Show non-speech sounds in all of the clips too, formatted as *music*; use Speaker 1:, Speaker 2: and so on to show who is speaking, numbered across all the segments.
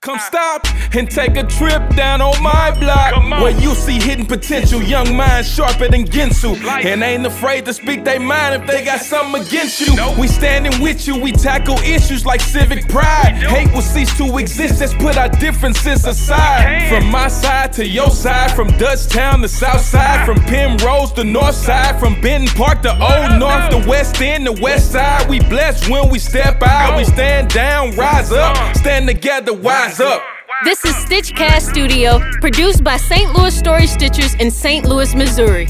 Speaker 1: Come stop and take a trip down on my block
Speaker 2: Come on.
Speaker 1: where you see hidden potential, young minds sharper than Ginsu,
Speaker 2: Life.
Speaker 1: and ain't afraid to speak their mind if they got something against you.
Speaker 2: Nope.
Speaker 1: We standing with you, we tackle issues like civic pride.
Speaker 2: do.
Speaker 1: Hate will cease to exist, let's put our differences aside.
Speaker 2: can.
Speaker 1: From my side to your side, from Dutch Town to South Side, from Penrose to North Side, from Benton Park to Old
Speaker 2: up,
Speaker 1: North
Speaker 2: though?
Speaker 1: to West End to West Side. We blessed when we step out,
Speaker 2: Go.
Speaker 1: we stand down, rise
Speaker 2: Uh.
Speaker 1: up, stand together, wise up.
Speaker 3: This is Stitchcast Studio, produced by St. Louis Story Stitchers in St. Louis, Missouri.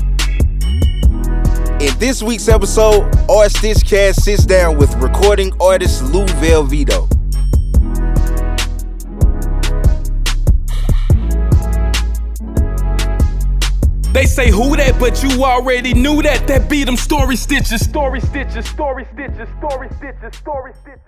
Speaker 4: In this week's episode, our Stitchcast sits down with recording artist Lou Velvedo.
Speaker 1: They say who that, but you already knew that. That beat them story stitches, story stitches, story stitches, story stitches, story stitches.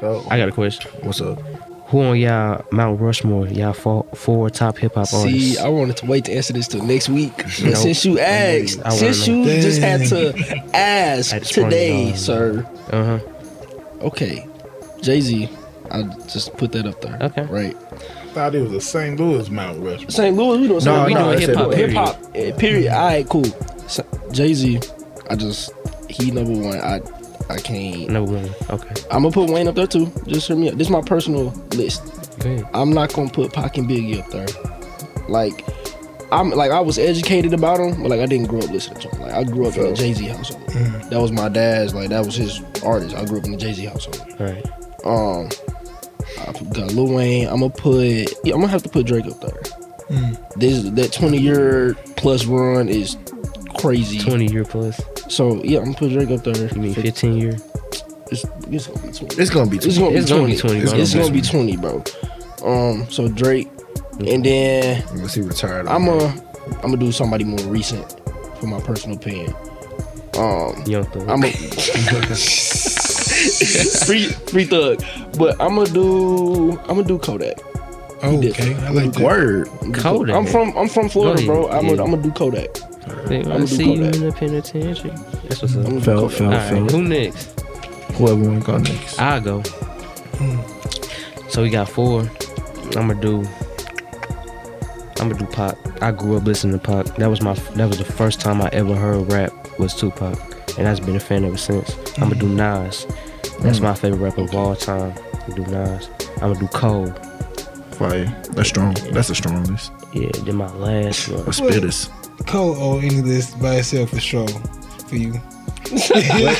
Speaker 5: Oh,
Speaker 6: I got a question.
Speaker 5: what's up?
Speaker 6: Who on y'all Mount Rushmore? Y'all fo- four top hip hop artists.
Speaker 7: See, I wanted to wait to answer this till
Speaker 6: *laughs*
Speaker 7: next week, but
Speaker 6: Nope.
Speaker 7: since you asked,
Speaker 6: I wanna
Speaker 7: since
Speaker 6: know.
Speaker 7: you just had to
Speaker 6: I
Speaker 7: *laughs* ask
Speaker 6: just wanna
Speaker 7: today,
Speaker 6: know.
Speaker 7: sir.
Speaker 6: uh huh.
Speaker 7: Okay, Jay Z, I just put that up there.
Speaker 6: Okay.
Speaker 7: right.
Speaker 5: Thought it was a St. Louis Mount Rushmore.
Speaker 7: St. Louis, we doing
Speaker 6: No, we
Speaker 5: no,
Speaker 6: doing
Speaker 5: I said
Speaker 6: hip hop.
Speaker 5: what?
Speaker 7: hip hop. Eh, Period. All right, cool. Jay Z, I just he number one. I I can't.
Speaker 6: Number one. Okay.
Speaker 7: I'm gonna put Wayne up there too. Just hear me out. This is my personal list.
Speaker 6: Good.
Speaker 7: I'm not gonna put Pac and Biggie up there. Like, I'm like I was educated about them, but like I didn't grow up listening to them. Like I grew up in a Jay Z household.
Speaker 5: Mm.
Speaker 7: That was my dad's. Like that was his artist. I grew up in a Jay Z household.
Speaker 6: All right.
Speaker 7: Um, I got Lil Wayne. I'm gonna put. Yeah, I'm gonna have to put Drake up there.
Speaker 5: Mm.
Speaker 7: This that 20 year plus run is crazy.
Speaker 6: Twenty year plus.
Speaker 7: So yeah, I'm gonna put Drake up there.
Speaker 6: You mean
Speaker 7: For-
Speaker 6: fifteen year?
Speaker 7: It's, it's gonna be 20.
Speaker 5: It's gonna be.
Speaker 7: It's gonna,
Speaker 6: It's
Speaker 7: be,
Speaker 6: gonna be
Speaker 7: 20.
Speaker 6: 20,
Speaker 7: It's,
Speaker 6: bro.
Speaker 7: gonna be 20, bro. Um, so Drake, and then
Speaker 5: Unless he retired.
Speaker 7: I'm a I'm gonna do somebody more recent for my personal opinion. Um,
Speaker 6: Young Thug.
Speaker 7: I'm a *laughs* free free thug, but I'm gonna do I'm gonna do Kodak.
Speaker 8: Okay, I like that.
Speaker 5: word.
Speaker 7: I'm gonna do
Speaker 6: Kodak.
Speaker 7: I'm from I'm from Florida,
Speaker 6: Go
Speaker 7: bro.
Speaker 6: ahead.
Speaker 7: I'm
Speaker 6: Yeah.
Speaker 7: gonna I'm gonna do Kodak.
Speaker 6: They
Speaker 7: I'ma do
Speaker 6: wanna see you
Speaker 7: Kodak.
Speaker 6: in the penitentiary. That's what's up.
Speaker 7: I'm gonna do
Speaker 5: Felt,
Speaker 7: Kodak.
Speaker 5: felt,
Speaker 6: All right.
Speaker 5: felt.
Speaker 6: Who next?
Speaker 5: Whoever wanna go next.
Speaker 6: I go. So we got four. I'ma do. I'ma do Pac. I grew up listening to Pac. That was my. That was the first time I ever heard rap was Tupac, and I've been a fan ever since. I'ma
Speaker 5: Mm-hmm.
Speaker 6: do Nas. That's my favorite rapper of all time. I'ma do Nas. I'ma do Cole.
Speaker 5: Fire. That's strong. That's the strongest.
Speaker 6: Yeah, then my
Speaker 5: *laughs*
Speaker 6: last one.
Speaker 5: Let's spit us.
Speaker 8: Cole on any list by itself for sure. For you,
Speaker 6: What?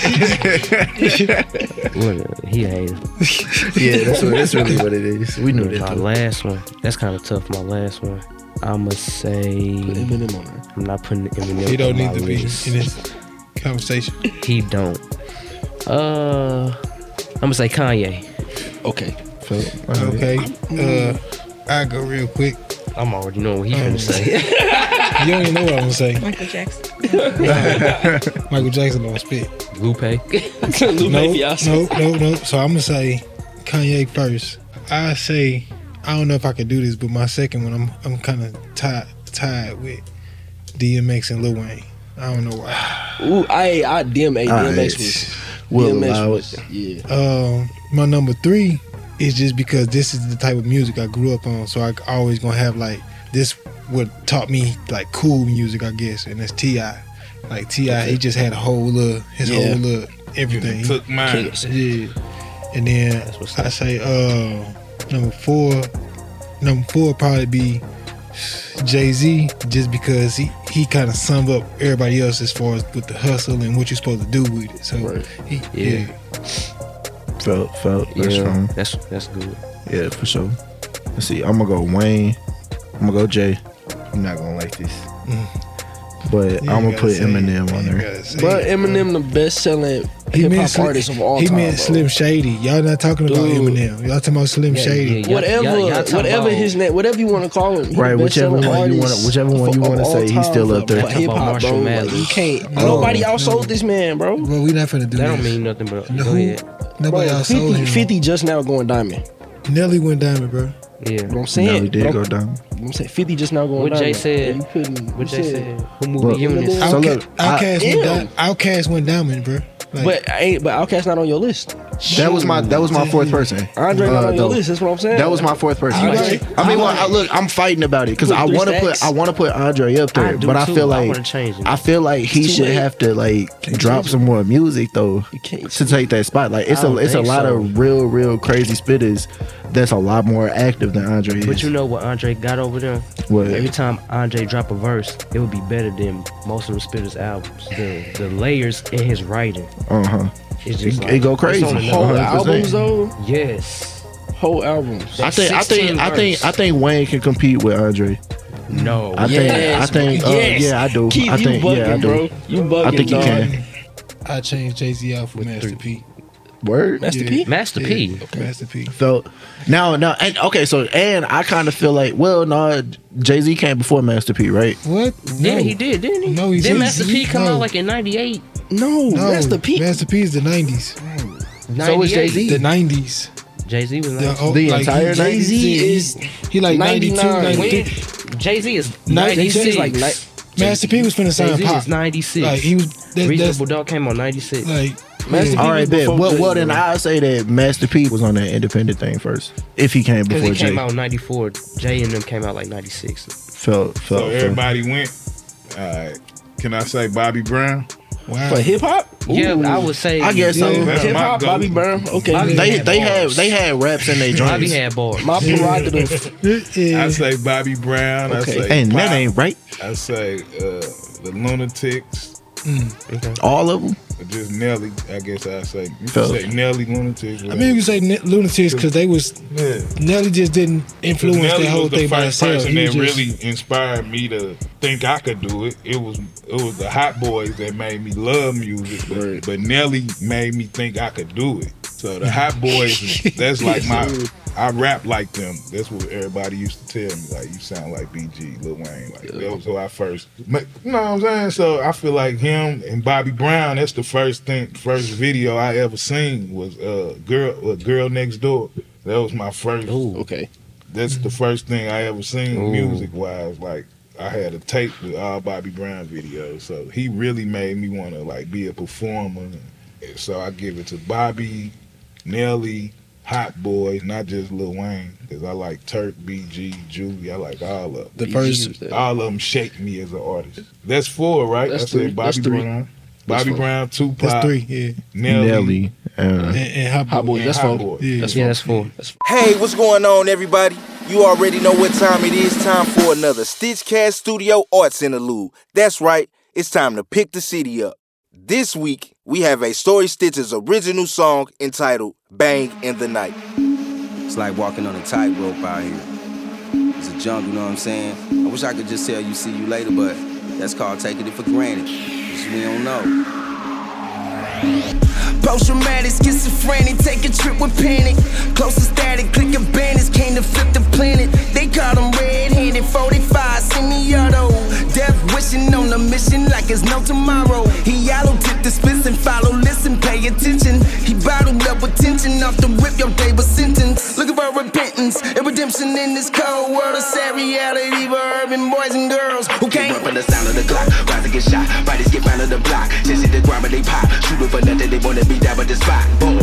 Speaker 6: He hated.
Speaker 5: Yeah, that's what, that's really what it is. We knew
Speaker 6: My
Speaker 5: that.
Speaker 6: last one. That's kind of tough. My last one. I'ma
Speaker 7: Put
Speaker 6: say
Speaker 7: Eminem on there.
Speaker 6: I'm not putting Eminem.
Speaker 8: he don't
Speaker 6: on my
Speaker 8: need to be in
Speaker 6: list.
Speaker 8: this conversation.
Speaker 6: He don't. Uh, I'm gonna say Kanye.
Speaker 7: Okay, *laughs*
Speaker 8: Okay, uh, I go real quick.
Speaker 6: I'm already knowing what he's gonna *laughs* say.
Speaker 8: You don't even know what I'm gonna say.
Speaker 9: Michael Jackson.
Speaker 8: Michael Jackson don't spit.
Speaker 6: *laughs* Lupe.
Speaker 7: Lupe
Speaker 8: No,
Speaker 7: Fiasco.
Speaker 8: no, no, no. So I'm gonna say Kanye first. I say I don't know if I can do this, but my second one, I'm I'm kind of tied tied with DMX and Lil Wayne. I don't know why.
Speaker 7: Ooh, I I DMA
Speaker 5: Alright.
Speaker 7: DMX was
Speaker 5: We'll
Speaker 7: DMX
Speaker 5: allow
Speaker 7: was
Speaker 5: it.
Speaker 7: yeah.
Speaker 8: Um, my number three is just because this is the type of music I grew up on, so I always gonna have like this. What taught me like cool music, I guess, and that's Ti. Like Ti, he just had a whole little his
Speaker 7: Yeah.
Speaker 8: whole little everything.
Speaker 2: Took mine.
Speaker 8: Yeah. And then
Speaker 6: That's what's
Speaker 8: I
Speaker 6: up.
Speaker 8: say uh number four number four probably be Jay Z just because he he kind of summed up everybody else as far as with the hustle and what you're supposed to do with it. So
Speaker 7: Right.
Speaker 8: he,
Speaker 6: Yeah.
Speaker 8: yeah.
Speaker 5: Felt, felt. That's
Speaker 6: yeah,
Speaker 5: strong.
Speaker 6: that's that's good.
Speaker 5: Yeah, for sure. Let's see. I'm gonna go Wayne. I'm gonna go Jay. I'm not gonna like this, but
Speaker 8: You
Speaker 5: I'm gonna
Speaker 8: gotta
Speaker 5: put
Speaker 8: say-
Speaker 5: Eminem on
Speaker 8: you
Speaker 5: there.
Speaker 8: gotta say-
Speaker 7: But Eminem the best selling
Speaker 8: He
Speaker 7: hip
Speaker 8: meant
Speaker 7: hop
Speaker 8: Slim-
Speaker 7: artist of all
Speaker 8: He
Speaker 7: time.
Speaker 8: meant
Speaker 7: bro.
Speaker 8: Slim Shady. Y'all not talking about
Speaker 7: Dude.
Speaker 8: Eminem. Y'all talking about Slim
Speaker 6: Yeah,
Speaker 8: Shady.
Speaker 6: yeah,
Speaker 7: whatever,
Speaker 6: y'all- y'all talking
Speaker 7: whatever
Speaker 6: about-
Speaker 7: his name, whatever you want to call him, he the
Speaker 5: Right,
Speaker 7: best-selling
Speaker 5: whichever one you wanna-
Speaker 7: artist
Speaker 5: whichever one you
Speaker 7: for-
Speaker 5: wanna
Speaker 7: of
Speaker 5: say,
Speaker 7: all
Speaker 5: he's still
Speaker 7: time
Speaker 5: up
Speaker 7: for-
Speaker 5: there.
Speaker 7: for
Speaker 6: Talking
Speaker 7: hip
Speaker 6: about
Speaker 7: hop,
Speaker 6: Marshall
Speaker 7: bro. Like,
Speaker 6: Mathers.
Speaker 7: you can't.
Speaker 8: No.
Speaker 7: Nobody
Speaker 8: No.
Speaker 7: outsold this man, bro.
Speaker 8: Well, we not finna do
Speaker 6: That don't
Speaker 8: this.
Speaker 6: mean nothing, but
Speaker 8: No.
Speaker 6: go ahead.
Speaker 8: Nobody
Speaker 7: Bro,
Speaker 8: else sold
Speaker 7: 50,
Speaker 8: him.
Speaker 7: 50 just now going diamond.
Speaker 8: Nelly went diamond, bro.
Speaker 7: You know what
Speaker 6: Yeah.
Speaker 7: I'm
Speaker 5: No,
Speaker 7: saying?
Speaker 5: he
Speaker 7: But
Speaker 5: did
Speaker 7: I'm,
Speaker 5: go down.
Speaker 7: I'm saying 50 just now going
Speaker 6: What
Speaker 7: diamond.
Speaker 6: Jay said-
Speaker 7: You couldn't.
Speaker 6: What
Speaker 7: you
Speaker 6: they
Speaker 7: said-
Speaker 6: said? Who movie
Speaker 5: Look.
Speaker 6: units?
Speaker 5: So
Speaker 8: Outca-
Speaker 5: look, I-
Speaker 8: Outcast, went
Speaker 7: Ew.
Speaker 8: di- Outcast went diamond, bro. Like,
Speaker 7: But I ain't but Outkast not on your list.
Speaker 5: That was my that was my fourth person.
Speaker 7: Andre not
Speaker 5: Uh,
Speaker 7: on your
Speaker 5: though.
Speaker 7: list. That's what I'm saying.
Speaker 5: That was my fourth person.
Speaker 7: I
Speaker 5: I,
Speaker 7: like-
Speaker 5: mean,
Speaker 7: I
Speaker 5: well,
Speaker 7: like-
Speaker 5: I, look, I'm fighting about it because
Speaker 7: Put
Speaker 5: I
Speaker 7: three
Speaker 5: want to
Speaker 7: stacks.
Speaker 5: put I want to put Andre up
Speaker 6: I
Speaker 5: there,
Speaker 6: do
Speaker 5: but I
Speaker 6: too.
Speaker 5: feel
Speaker 6: I
Speaker 5: like
Speaker 6: wanna change it.
Speaker 5: I feel like he
Speaker 7: too
Speaker 5: should
Speaker 7: late.
Speaker 5: have to like drop
Speaker 7: change it.
Speaker 5: some more music though
Speaker 7: You can't
Speaker 5: to take that spot. Like it's
Speaker 6: I
Speaker 5: a
Speaker 6: don't
Speaker 5: it's a
Speaker 6: think
Speaker 5: lot
Speaker 6: so.
Speaker 5: of real real crazy spitters that's a lot more active than Andre is.
Speaker 6: But you know what Andre got over there?
Speaker 5: What?
Speaker 6: Every time Andre drop a verse, it would be better than most of the spitters' albums. The the layers in his writing,
Speaker 5: uh huh.
Speaker 6: it's
Speaker 5: It,
Speaker 6: just
Speaker 5: it
Speaker 6: like,
Speaker 5: go
Speaker 6: it's
Speaker 5: crazy.
Speaker 6: on
Speaker 7: whole
Speaker 6: another-
Speaker 5: 100%.
Speaker 7: albums though.
Speaker 6: Yes.
Speaker 7: Whole albums.
Speaker 5: I think I
Speaker 6: 16
Speaker 5: think I think
Speaker 6: verse.
Speaker 5: I think Wayne can compete with Andre.
Speaker 6: No.
Speaker 5: I
Speaker 7: Yes,
Speaker 5: think I think uh,
Speaker 7: yes.
Speaker 5: yeah I do.
Speaker 7: Keith,
Speaker 5: I think
Speaker 7: you bugging,
Speaker 5: yeah I do.
Speaker 7: bro. You bugging,
Speaker 5: I think he
Speaker 7: dog.
Speaker 5: can.
Speaker 8: I changed Jay Z out for Master P.
Speaker 5: Word.
Speaker 7: Master
Speaker 8: Yeah.
Speaker 7: P.
Speaker 6: Master P.
Speaker 8: Yeah, Master P.
Speaker 5: So now, now, and okay, so and I kind of feel like, well, no, Jay Z came before Master P, right?
Speaker 8: What?
Speaker 6: Yeah,
Speaker 8: No.
Speaker 6: he did, didn't he?
Speaker 8: No, he didn't.
Speaker 6: Didn't Master P come
Speaker 8: No.
Speaker 6: out like in 98?
Speaker 7: No,
Speaker 8: No,
Speaker 7: Master P.
Speaker 8: Master P is the nineties.
Speaker 5: So is Jay-Z.
Speaker 8: The nineties.
Speaker 6: Jay Z was
Speaker 8: The,
Speaker 6: like,
Speaker 8: oh,
Speaker 5: The
Speaker 8: like,
Speaker 5: entire
Speaker 8: Jay Z is he like 92,
Speaker 7: 99.
Speaker 8: 93.
Speaker 6: Jay Z is
Speaker 8: Ninety-
Speaker 7: Jay Z
Speaker 6: 96.
Speaker 7: is like ni-
Speaker 8: Master P was finna
Speaker 6: Jay
Speaker 8: sign
Speaker 6: Z
Speaker 8: pop.
Speaker 6: is 96.
Speaker 8: Like he was that, that's
Speaker 6: Reasonable Dog came on 96.
Speaker 8: like
Speaker 7: Master
Speaker 8: yeah.
Speaker 7: P-
Speaker 5: All right, then.
Speaker 7: before
Speaker 5: Well,
Speaker 7: Jay,
Speaker 5: well, then
Speaker 7: bro.
Speaker 5: I say that Master P was on that independent thing first, if he came
Speaker 6: Because
Speaker 5: before
Speaker 6: he came
Speaker 5: Jay.
Speaker 6: out in 94. Jay and them came out like 96.
Speaker 5: Felt, felt,
Speaker 2: So
Speaker 5: felt.
Speaker 2: everybody went. All right. Can I say Bobby Brown?
Speaker 8: wow.
Speaker 7: for hip hop.
Speaker 6: Yeah, I would say.
Speaker 5: I guess so.
Speaker 2: Yeah.
Speaker 7: Hip hop,
Speaker 2: My
Speaker 7: Bobby
Speaker 2: goat.
Speaker 7: Brown. Okay,
Speaker 6: Bobby
Speaker 5: They,
Speaker 6: had
Speaker 5: they had,
Speaker 6: bars.
Speaker 5: they had raps in their *laughs*
Speaker 6: Bobby
Speaker 5: joints,
Speaker 6: had bars.
Speaker 7: my prerogative.
Speaker 8: Yeah.
Speaker 2: I say Bobby Brown. I say
Speaker 5: and that
Speaker 2: Pop.
Speaker 5: ain't right.
Speaker 2: I say uh, the Lunatics.
Speaker 5: All of them.
Speaker 2: Just Nelly. I guess I say you can
Speaker 5: Fellas.
Speaker 2: say Nelly Lunatics.
Speaker 8: I mean, you can say N- lunatics because they was
Speaker 2: yeah.
Speaker 8: Nelly just didn't influence
Speaker 2: Nelly
Speaker 8: that whole
Speaker 2: was the
Speaker 8: thing by
Speaker 2: first
Speaker 8: himself.
Speaker 2: person
Speaker 8: He
Speaker 2: that
Speaker 8: was just-
Speaker 2: really inspired me to think I could do it. It was it was the Hot Boys that made me love music, but, but Nelly made me think I could do it. So the Hot
Speaker 8: *laughs*
Speaker 2: Boys, that's like my. I rap like them. That's what everybody used to tell me. Like you sound like BG, Lil Wayne. Like that was who I first. But, you know what I'm saying? So I feel like him and Bobby Brown. That's the first thing, first video I ever seen was uh girl, uh, girl next door. That was my first
Speaker 7: Okay,
Speaker 2: that's the first thing I ever seen music wise. Like I had a tape with all Bobby Brown videos, so he really made me want to like be a performer. And So I give it to Bobby, Nelly, Hot Boys, not just Lil Wayne, because I like Turk, BG, Juvie. I like all of them.
Speaker 7: the first.
Speaker 2: All of them shake me as an artist. That's four, right?
Speaker 7: That's
Speaker 2: I said
Speaker 7: three.
Speaker 2: Bobby
Speaker 7: That's three.
Speaker 2: Brown,
Speaker 7: That's
Speaker 2: Bobby
Speaker 7: four.
Speaker 2: Brown, Tupac,
Speaker 8: that's three, yeah.
Speaker 2: Nelly,
Speaker 5: Nelly. uh,
Speaker 8: And, and Hot
Speaker 7: Hot
Speaker 8: Boy.
Speaker 7: boy,
Speaker 2: and
Speaker 7: that's
Speaker 2: Hot
Speaker 7: fun. *laughs*
Speaker 2: Boys.
Speaker 8: Yeah.
Speaker 6: yeah, that's four.
Speaker 4: Hey, what's going on, everybody? You already know what time it is. Time for another Stitchcast Studio Arts Interlude. That's right, it's time to pick the city up. This week, we have a Story Stitch's original song entitled Bang in the Night.
Speaker 9: It's like walking on a tightrope out here. It's a jungle, you know what I'm saying? I wish I could just tell you, see you later, but that's called taking it for granted. 'cause we don't know. Post traumatic, schizophrenic, take a trip with panic. Close to static, click your bandits, came to flip the planet. They caught him red handed, 45, semi auto. oh. Death wishing on a mission like it's no tomorrow. He yellow tip the spits and follow, listen, pay attention. He bottled up with tension off the rip, your day was sentenced. Looking for repentance and redemption in this cold world of sad reality for urban boys and girls who can't run from the sound of the clock. Rise and get shot, riders get round of the block. Just hit the ground, but they pop. Shoot 'em for nothing, they wanna be down with the spot. Boy,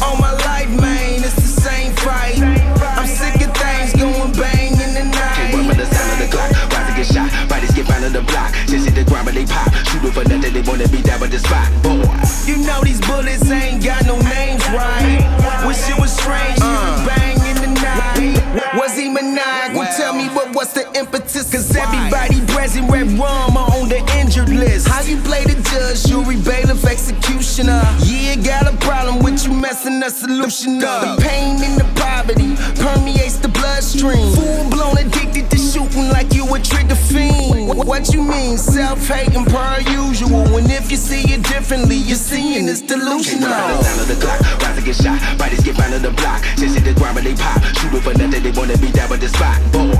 Speaker 9: all my life, man, it's the same fight. I'm sick of things going bang in the night. Can't run from the sound of the clock. Rise and get shot, riders get round of the block. Just hit the ground, but they pop. Shoot 'em for nothing, they wanna be down with the spot. Boy, you know these bullets ain't got no names, right? Wish it was strange, uh. bang in the night. Was he maniacal? Tell me what was the impetus? Cause everybody present red rum are on the injured list. How you play the judge, jury, bailiff, executioner? Yeah, got a problem with you messing the solution up. The pain and the poverty permeates the bloodstream. Full blown addicted to shooting like you a trigger fiend. What you mean, self hating per usual? And if you see it differently, you're seeing it's delusional. Sound of the clock, rise and get shot. Bodies get round of the block. Just hit the ground, but they pop. Shoot 'em for nothing, they wanna be down with the spot. Boy,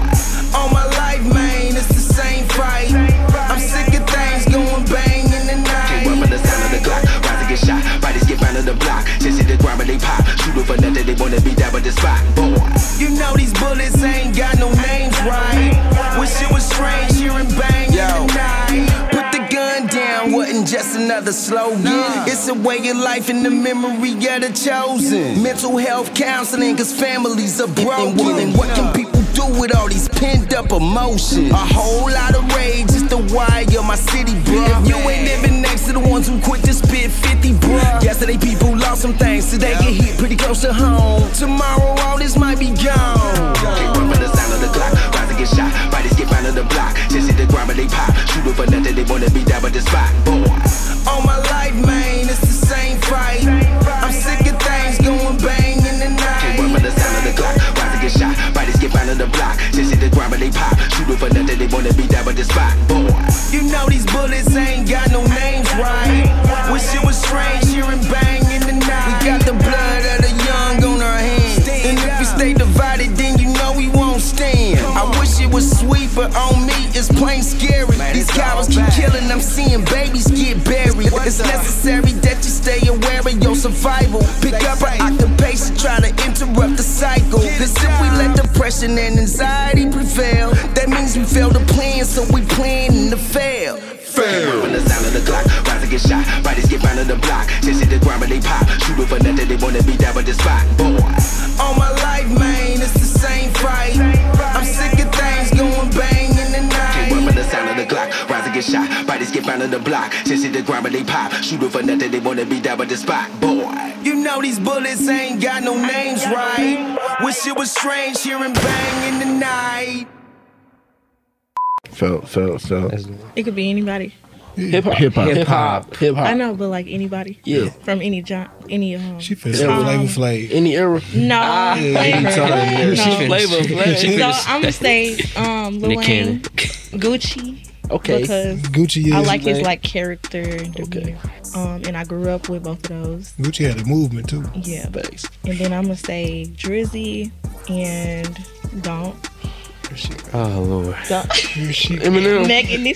Speaker 9: all my life, man, it's the same fight. I'm sick of things going bang in the night. Can't run from the sound of the clock. Rise and get shot. Bodies get round of the block. Just hit the ground, but they pop. Shoot 'em for nothing, they wanna be down with the spot. Boy, you know these bullets ain't got no names, right? Wish it was strange hearing bang in the night. Put the gun down, wasn't just another. rather slow it. It's a way of life in the memory of the chosen. Mental health counseling, cause families are broken. And, what can people do with all these pent up emotions? A whole lot of rage is the why of my city, bruh. If you ain't living next to the ones who quit to spit 50, bruh. Yesterday people lost some things, today get hit pretty close to home. Tomorrow all this might be gone.
Speaker 10: Can't run from the sound of the clock. Rise to get shot. Bodies get found on the block. Just hit the ground when they pop. Shooting for nothing. They wanna be down with the spot. Boy.
Speaker 9: All my life, man, it's the same fight. I'm sick of things going bang in the
Speaker 10: Can't run from
Speaker 9: night.
Speaker 10: the sound of the clock. Rise to get shot. Bodies get found on the block. Just hit the ground when they pop. Shooting for nothing. They wanna be down with the spot. Boy.
Speaker 9: You know these bullets ain't got no names, right? Wish it was strange hearing bang in the night. We got the blood of the young on our hands. And if we stay divided, then you know we won't stand. I wish it was sweet, but on me it's plain scary. These cowards keep killing, I'm seeing babies get buried. It's necessary that you stay aware of your survival. Pick up an occupation, try to interrupt the cycle. Cause if we let depression and anxiety prevail, that means we fail to plan, so we planning to fail.
Speaker 10: Fail. From the sound of the clock, rise to get shot. Bodies get found on the block. Just hit the ground when they pop. Shooting for nothing, they wanna be down with the spot. Boy.
Speaker 9: All my life, man, it's the same fight. I'm sick of things going bang in the
Speaker 10: Can't run
Speaker 9: night.
Speaker 10: from the sound of the clock. Rise and get shot. Bodies get found on the block. Just hit the ground when they pop. Shooting for nothing. They wanna be down with the spot. Boy.
Speaker 9: You know these bullets ain't got no names, right? Wish it was strange hearing bang in the night.
Speaker 5: Felt, felt, felt.
Speaker 11: It could be anybody.
Speaker 7: Hip hop.
Speaker 5: Hip hop.
Speaker 7: Hip hop. Hip
Speaker 11: I
Speaker 7: hop.
Speaker 11: know, but like anybody.
Speaker 7: Yeah.
Speaker 11: From any genre, any um.
Speaker 8: She feels so
Speaker 11: Um,
Speaker 8: flavor flavor.
Speaker 7: Any era. *laughs*
Speaker 11: no. flavor.
Speaker 5: yeah.
Speaker 11: No.
Speaker 6: She
Speaker 2: *laughs*
Speaker 7: Flavor, flavor.
Speaker 11: So I'm gonna say um Lil
Speaker 6: Nick
Speaker 11: Wayne,
Speaker 6: Cannon.
Speaker 11: Gucci,
Speaker 7: Okay.
Speaker 11: because
Speaker 8: Gucci is
Speaker 11: I like his
Speaker 7: Wayne.
Speaker 11: like character and demeanor. Um, and I grew up with both of those.
Speaker 8: Gucci had a movement too.
Speaker 11: Yeah.
Speaker 7: Facts.
Speaker 11: And then I'm gonna say Drizzy and Don't
Speaker 6: Oh lord.
Speaker 7: Eminem.
Speaker 11: Megan Thee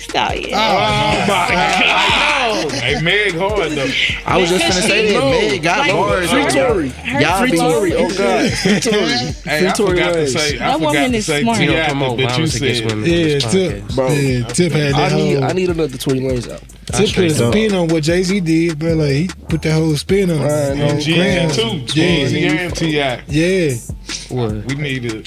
Speaker 7: Ah.
Speaker 11: Stallion.
Speaker 2: Hey, Meg hard though.
Speaker 5: I was just gonna say that. Meg got
Speaker 11: Like,
Speaker 5: bars.
Speaker 11: Free
Speaker 5: y'all-
Speaker 7: Tory.
Speaker 5: Y'all
Speaker 11: Free
Speaker 5: be
Speaker 11: Tory.
Speaker 7: Oh God. Tory.
Speaker 2: Hey, I
Speaker 7: Tory
Speaker 2: forgot to
Speaker 7: Lanez.
Speaker 2: say. I
Speaker 11: That
Speaker 2: forgot
Speaker 11: woman
Speaker 2: to
Speaker 11: is
Speaker 2: say
Speaker 11: smart.
Speaker 6: You don't
Speaker 2: T.I.
Speaker 6: promote
Speaker 2: But you
Speaker 6: violence against
Speaker 2: said
Speaker 6: women.
Speaker 8: Yeah,
Speaker 6: Yeah,
Speaker 8: Tip.
Speaker 7: Bro.
Speaker 8: Yeah, Tip had that
Speaker 7: I need
Speaker 8: whole.
Speaker 7: I need another Tory Lanez out.
Speaker 8: Tip put his spin on what Jay Z did, bro. Like he put that whole spin on
Speaker 7: Right,
Speaker 8: it.
Speaker 7: no
Speaker 8: On
Speaker 2: G.I.
Speaker 8: Grams.
Speaker 2: too.
Speaker 8: Yeah,
Speaker 2: G.I. and T.I.
Speaker 8: yeah.
Speaker 6: What?
Speaker 2: We need to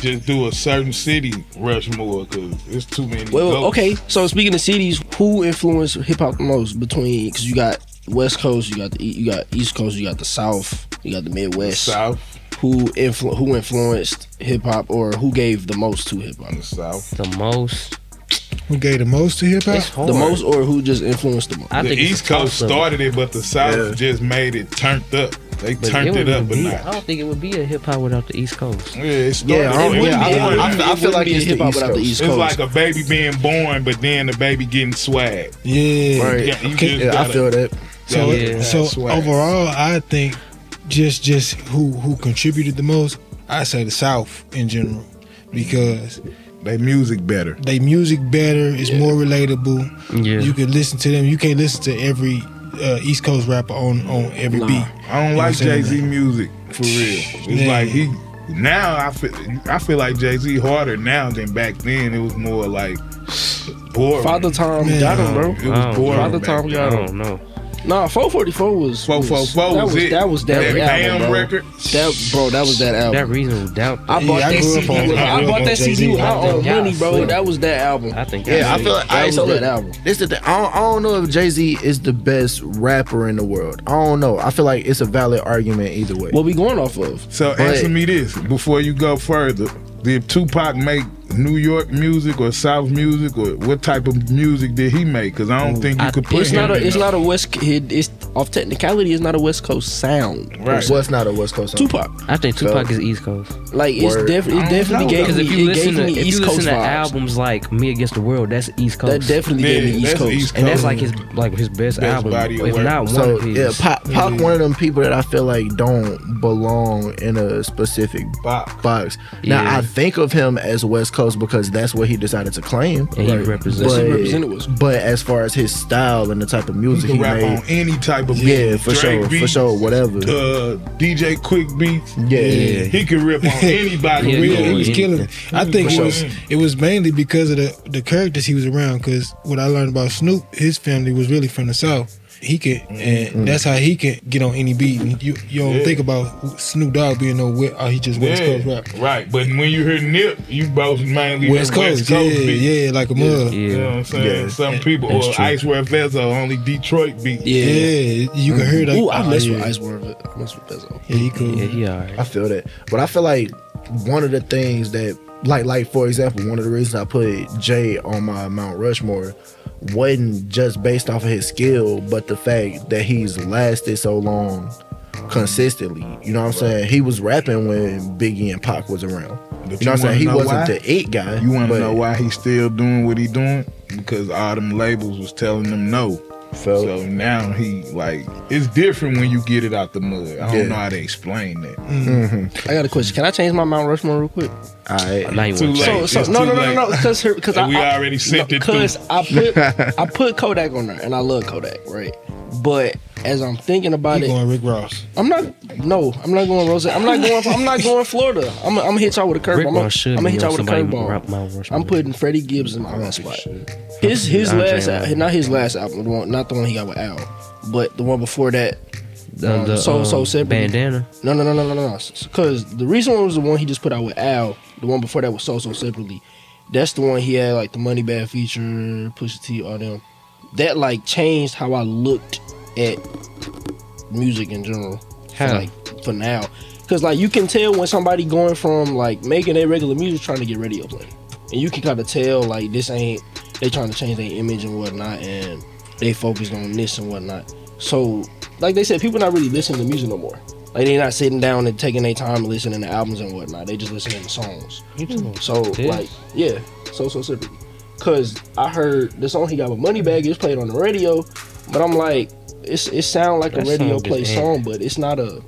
Speaker 2: just do a certain city Rushmore because it's too many.
Speaker 7: Well,
Speaker 2: goats.
Speaker 7: okay. So speaking of cities, who influenced hip hop the most between? Because you got West Coast, you got the E- you got East Coast, you got the South, you got the Midwest.
Speaker 2: South,
Speaker 7: Who influ- who influenced hip hop or who gave the most to hip hop?
Speaker 2: the South,
Speaker 6: The most.
Speaker 8: Who gave the most to hip hop?
Speaker 6: It's hard.
Speaker 7: The most or who just influenced the most?
Speaker 6: I
Speaker 2: the
Speaker 6: think it's
Speaker 2: East
Speaker 6: a
Speaker 2: Coast
Speaker 6: toss-up.
Speaker 2: started it, but the South just made it turned up. They
Speaker 6: But
Speaker 2: turned it
Speaker 6: wouldn't
Speaker 2: up a
Speaker 6: be-
Speaker 2: notch.
Speaker 6: I don't think it would be a hip hop without the East Coast.
Speaker 2: Yeah, it started.
Speaker 5: Yeah, I don't-
Speaker 2: it
Speaker 5: yeah,
Speaker 2: wasn't
Speaker 5: I,
Speaker 2: born.
Speaker 5: I, I, feel like it's hip hop without the East
Speaker 2: it's
Speaker 5: Coast.
Speaker 2: like a baby being born, but then the baby getting swag.
Speaker 8: Yeah.
Speaker 5: Right.
Speaker 2: Yeah, you
Speaker 8: Okay,
Speaker 2: just
Speaker 5: yeah, I
Speaker 2: gotta-
Speaker 5: feel that.
Speaker 8: So,
Speaker 6: Yeah.
Speaker 8: so
Speaker 5: Swag.
Speaker 8: overall, I think just just who who contributed the most, I say the South in general, because
Speaker 2: they music better.
Speaker 8: they music better, it's more relatable.
Speaker 6: Yeah.
Speaker 8: You can listen to them. You can't listen to every uh, East Coast rapper on on every beat.
Speaker 2: I don't
Speaker 8: know
Speaker 2: like
Speaker 8: what I'm
Speaker 2: Jay
Speaker 8: saying?
Speaker 2: Z music for real. It's
Speaker 8: Yeah.
Speaker 2: like he now I feel I feel like Jay Z harder now than back then. It was more like boring.
Speaker 7: Father Time got him, bro.
Speaker 2: It
Speaker 6: I
Speaker 2: was
Speaker 6: don't
Speaker 2: boring. Oh.
Speaker 6: know.
Speaker 7: Oh, Father Time
Speaker 2: back
Speaker 6: I
Speaker 7: got
Speaker 2: then.
Speaker 6: don't know.
Speaker 7: Nah, 444 was
Speaker 2: 444
Speaker 7: that
Speaker 2: was it.
Speaker 7: That was that,
Speaker 2: That
Speaker 7: album,
Speaker 2: damn
Speaker 7: bro.
Speaker 2: record.
Speaker 7: That bro, that was that album.
Speaker 6: That reasonable doubt.
Speaker 7: I bought
Speaker 8: Yeah, I
Speaker 7: that
Speaker 8: grew up
Speaker 7: CD.
Speaker 8: on-
Speaker 7: with-
Speaker 8: I
Speaker 7: I
Speaker 8: grew up
Speaker 7: bought
Speaker 8: on
Speaker 7: that
Speaker 8: Jay-Z.
Speaker 7: CD with my
Speaker 6: I
Speaker 7: own
Speaker 6: think y'all
Speaker 7: money, bro.
Speaker 6: slick.
Speaker 7: That was that album.
Speaker 6: I think.
Speaker 5: Yeah, I feel like. all
Speaker 7: That
Speaker 5: right,
Speaker 7: was
Speaker 5: so
Speaker 7: that
Speaker 5: look,
Speaker 7: album.
Speaker 5: this the thing. I don't, I don't know if Jay Z is the best rapper in the world. I don't know. I feel like it's a valid argument either way.
Speaker 7: What we going off of?
Speaker 2: So
Speaker 5: But-
Speaker 2: answer me this before you go further: Did Tupac make New York music or South music, or what type of music did he make? Because I don't think you
Speaker 6: I-
Speaker 2: could put
Speaker 7: It's
Speaker 2: him.
Speaker 7: not a.
Speaker 2: in
Speaker 7: It's
Speaker 2: a-
Speaker 7: not a West. It, it's off technicality. It's not a West Coast sound.
Speaker 2: Right.
Speaker 5: What's not a West Coast song?
Speaker 7: Tupac.
Speaker 6: I think Tupac is East Coast.
Speaker 7: Like it's
Speaker 5: Word.
Speaker 7: definitely. It definitely
Speaker 2: know,
Speaker 7: gave
Speaker 6: Because
Speaker 7: me.
Speaker 6: if you
Speaker 7: it
Speaker 6: listen
Speaker 7: gave
Speaker 6: to
Speaker 7: me
Speaker 6: if
Speaker 7: East
Speaker 6: you
Speaker 7: Coast
Speaker 6: listen to
Speaker 7: vibes.
Speaker 6: albums like Me Against the World, that's East
Speaker 7: That Oh.
Speaker 6: Coast.
Speaker 7: definitely
Speaker 2: Yeah,
Speaker 7: gave me East
Speaker 2: that's
Speaker 7: Coast.
Speaker 2: East
Speaker 6: and that's
Speaker 2: Coast.
Speaker 6: like his like his best, album,
Speaker 2: body of
Speaker 6: if
Speaker 2: work.
Speaker 6: not one Mm-hmm.
Speaker 5: So
Speaker 6: of his.
Speaker 5: yeah, Pac, Pac one of them people that I feel like don't belong in a specific
Speaker 2: Box.
Speaker 5: box. Now
Speaker 6: Yeah.
Speaker 5: I think of him as West Coast because that's what he decided to claim.
Speaker 6: And he represents.
Speaker 7: That's what
Speaker 5: But,
Speaker 7: he represented was.
Speaker 5: but as far as his style and the type of music
Speaker 2: You
Speaker 5: he
Speaker 2: can rap
Speaker 5: made,
Speaker 2: on any type of
Speaker 5: yeah,
Speaker 2: beat.
Speaker 5: for
Speaker 2: Drake
Speaker 5: sure, for
Speaker 2: beats,
Speaker 5: sure, whatever.
Speaker 2: Uh, DJ Quick beats.
Speaker 5: Yeah. Yeah.
Speaker 2: he can rip on anybody.
Speaker 6: Yeah,
Speaker 8: Yeah,
Speaker 2: really.
Speaker 8: he was
Speaker 6: yeah.
Speaker 8: killing. it. I
Speaker 2: Yeah.
Speaker 8: think
Speaker 2: For
Speaker 8: it was
Speaker 2: sure.
Speaker 8: it was mainly because of the the characters he was around. Because what I learned about Snoop, his family was really from the South. He can, and that's how he can get on any beat. And You you don't
Speaker 2: Yeah.
Speaker 8: think about Snoop Dogg being on where oh, he just West Coast
Speaker 2: Yeah,
Speaker 8: rap.
Speaker 2: right. But when you hear Nip, you both mainly
Speaker 8: West
Speaker 2: hear
Speaker 8: Coast, yeah,
Speaker 2: beat.
Speaker 8: yeah, like a
Speaker 2: Yeah,
Speaker 8: mug.
Speaker 2: You know what I'm saying?
Speaker 8: Yeah.
Speaker 2: Some people,
Speaker 8: That's
Speaker 2: or
Speaker 8: true.
Speaker 2: Ice Wear Vessel, only Detroit beat.
Speaker 8: Yeah. Yeah, you can hear that.
Speaker 7: Ooh, I
Speaker 8: Oh,
Speaker 7: mess with
Speaker 8: yeah.
Speaker 7: Ice World. I mess with Bezzo.
Speaker 8: Yeah, he cool.
Speaker 6: Yeah, he alright.
Speaker 5: I feel that. But I feel like one of the things that like like for example, one of the reasons I put Jay on my Mount Rushmore wasn't just based off of his skill, but the fact that he's lasted so long consistently. You know what I'm saying? He was rapping when Biggie and Pac was around.
Speaker 2: But
Speaker 5: you know what I'm
Speaker 2: wanna
Speaker 5: saying? He
Speaker 2: know
Speaker 5: wasn't
Speaker 2: why?
Speaker 5: the it guy.
Speaker 2: You want
Speaker 5: but-
Speaker 2: to know why he's still doing what he doing? Because all them labels was telling them no. So now he like it's different when you get it out the mud. I don't
Speaker 5: Yeah.
Speaker 2: know how to explain that.
Speaker 7: I got a question. Can I change my Mount Rushmore real quick?
Speaker 5: All right.
Speaker 6: Now you
Speaker 2: Too
Speaker 6: want to
Speaker 2: late.
Speaker 7: So, so
Speaker 2: It's
Speaker 7: no,
Speaker 2: too
Speaker 7: no, no,
Speaker 2: late.
Speaker 7: no, no, because because
Speaker 2: we already sent it through.
Speaker 7: Because I *laughs* put I put Kodak on there, and I love Kodak, right? But as I'm thinking about
Speaker 8: He
Speaker 7: it,
Speaker 8: going Rick Ross.
Speaker 7: I'm not. No, I'm not going Rosa. I'm not going. I'm not going Florida. I'm. I'm gonna hit y'all with a curve.
Speaker 6: Rick
Speaker 7: I'm
Speaker 6: Ross should
Speaker 7: gonna
Speaker 6: be
Speaker 7: hit
Speaker 6: on
Speaker 7: y'all with a
Speaker 6: somebody
Speaker 7: curveball.
Speaker 6: Mount- Mount Rushmore.
Speaker 7: I'm putting Freddie Gibbs in my last spot. His his
Speaker 6: Andre
Speaker 7: last
Speaker 6: Ryan.
Speaker 7: al- not his last album, the one, not the one he got with Al, but the one before that.
Speaker 6: The,
Speaker 7: um,
Speaker 6: the,
Speaker 7: so so
Speaker 6: um,
Speaker 7: separate.
Speaker 6: bandana.
Speaker 7: No, no, no, no, no, no. Because the reason one was the one he just put out with Al. The one before that was so so separately. That's the one he had like the Money Bag feature, Pusha T, all them. That like changed how I looked at music in general. For,
Speaker 6: How?
Speaker 7: like for now, because like you can tell when somebody going from like making their regular music trying to get radio play, and you can kind of tell like this ain't they trying to change their image and whatnot, and they focused on this and whatnot. So like they said, people not really listening to music no more. Like they not sitting down and taking their time and listening to albums and whatnot. They just listening to songs. So
Speaker 6: This?
Speaker 7: like yeah, so so simple. Cause I heard the song he got with Moneybag is played on the radio, but I'm like, it's it sound like
Speaker 6: That
Speaker 7: a
Speaker 6: song
Speaker 7: radio
Speaker 6: just
Speaker 7: play
Speaker 6: ain't-
Speaker 7: song, but it's not a.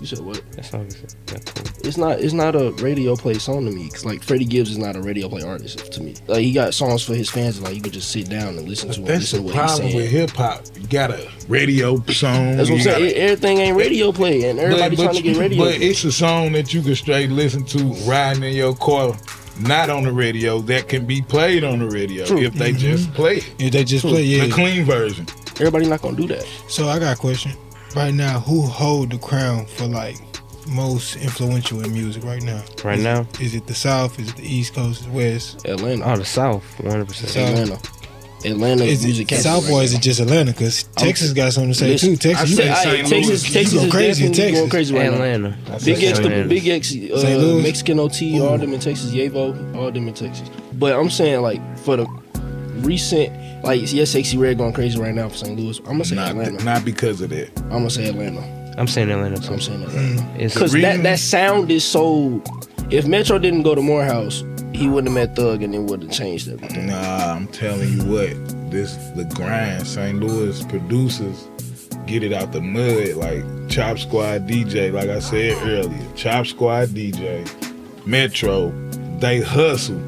Speaker 7: You said what?
Speaker 6: That's all. That's that's cool.
Speaker 7: It's not it's not a radio play song to me. Cause like Freddie Gibbs is not a radio play artist to me. Like he got songs for his fans, and like you can just sit down and listen to him,
Speaker 2: That's
Speaker 7: listen
Speaker 2: the
Speaker 7: to what he's
Speaker 2: problem with
Speaker 7: saying.
Speaker 2: hip hop. You got a radio song.
Speaker 7: That's what I'm
Speaker 2: you
Speaker 7: saying.
Speaker 2: gotta-
Speaker 7: E- Everything ain't radio play, and everybody trying to get
Speaker 2: you-
Speaker 7: radio.
Speaker 2: But it's a song that you can straight listen to riding in your car, not on the radio. That can be played on the radio
Speaker 7: True.
Speaker 2: if they just play it.
Speaker 8: If they just play, yeah.
Speaker 2: The clean version.
Speaker 7: everybody not gonna do that.
Speaker 8: So I got a question. Right now, who hold the crown for like most influential in music right now?
Speaker 6: Right
Speaker 8: Is-
Speaker 6: now?
Speaker 8: Is it the South? Is it the East Coast? The West?
Speaker 7: Atlanta,
Speaker 6: Oh, the South, 100. percent
Speaker 8: South.
Speaker 7: Atlanta, Atlanta
Speaker 8: Is
Speaker 7: music.
Speaker 8: it
Speaker 7: capital
Speaker 8: South
Speaker 7: right
Speaker 8: or
Speaker 7: now.
Speaker 8: is it just Atlanta? Because Texas got something to say
Speaker 7: Listen,
Speaker 8: too. Texas,
Speaker 2: I
Speaker 8: you
Speaker 2: said-
Speaker 8: got
Speaker 2: St.
Speaker 7: Hey,
Speaker 2: Louis.
Speaker 7: Texas, Texas,
Speaker 8: You go
Speaker 7: is
Speaker 8: crazy in
Speaker 7: definitely
Speaker 8: Texas.
Speaker 7: going crazy right now.
Speaker 6: Atlanta.
Speaker 7: Big X, the
Speaker 6: Atlanta.
Speaker 7: Big X,
Speaker 8: St.
Speaker 7: uh,
Speaker 8: Louis.
Speaker 7: Mexican OT, all them in Texas, Yevo, all them in Texas. But I'm saying like for the recent, like yes, sexy red going crazy right now for St. Louis. I'm gonna say
Speaker 2: Not,
Speaker 7: Atlanta.
Speaker 2: not because of that.
Speaker 7: I'm gonna say Atlanta.
Speaker 6: I'm saying Atlanta.
Speaker 7: I'm
Speaker 6: too.
Speaker 7: saying
Speaker 2: Mm,
Speaker 7: Atlanta.
Speaker 6: It's
Speaker 7: Cause
Speaker 2: reason-
Speaker 7: that that sound is so. If Metro didn't go to Morehouse, he wouldn't have met Thug, and it would have changed everything.
Speaker 2: Nah, I'm telling you what, this the grind. St. Louis producers get it out the mud, like Chop Squad DJ, like I said earlier. Chop Squad DJ, Metro, they hustle.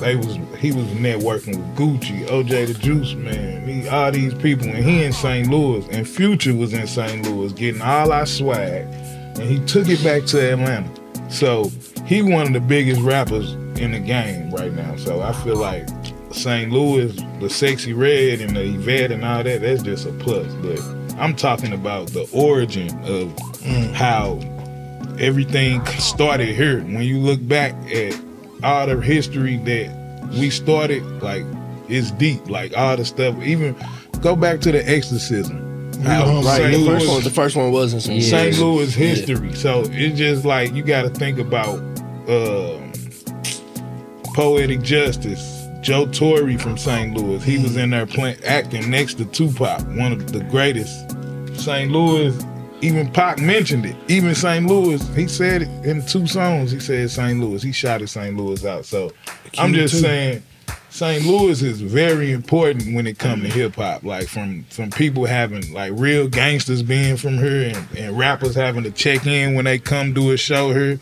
Speaker 2: They was he was networking with Gucci, OJ the Juice Man, me, all these people, and he in St. Louis, and Future was in St. Louis getting all our swag, and he took it back to Atlanta. So he one of the biggest rappers in the game right now. So I feel like St. Louis, the sexy red and the Yvette and all that, that's just a plus. But I'm talking about the origin of how everything started here. When you look back at all the history that we started, like it's deep. Like all the stuff. Even go back to the exorcism. How
Speaker 7: Right.
Speaker 2: St.
Speaker 7: The first,
Speaker 2: Louis-
Speaker 7: one, the first one was in St.
Speaker 6: Yeah.
Speaker 7: Louis.
Speaker 2: St. Louis
Speaker 7: Yeah.
Speaker 2: history. So it's just like you got to think about um poetic justice. Joe Torre from St. Louis. He was in there playing, acting next to Tupac, one of the greatest. St. Louis. Even Pac mentioned it. Even St. Louis, he said it in two songs. He said St. Louis. He shouted St. Louis out. So I'm just
Speaker 8: too.
Speaker 2: saying, St. Louis is very important when it comes to hip hop. Like from from people having like real gangsters being from here and, and rappers having to check in when they come do a show here.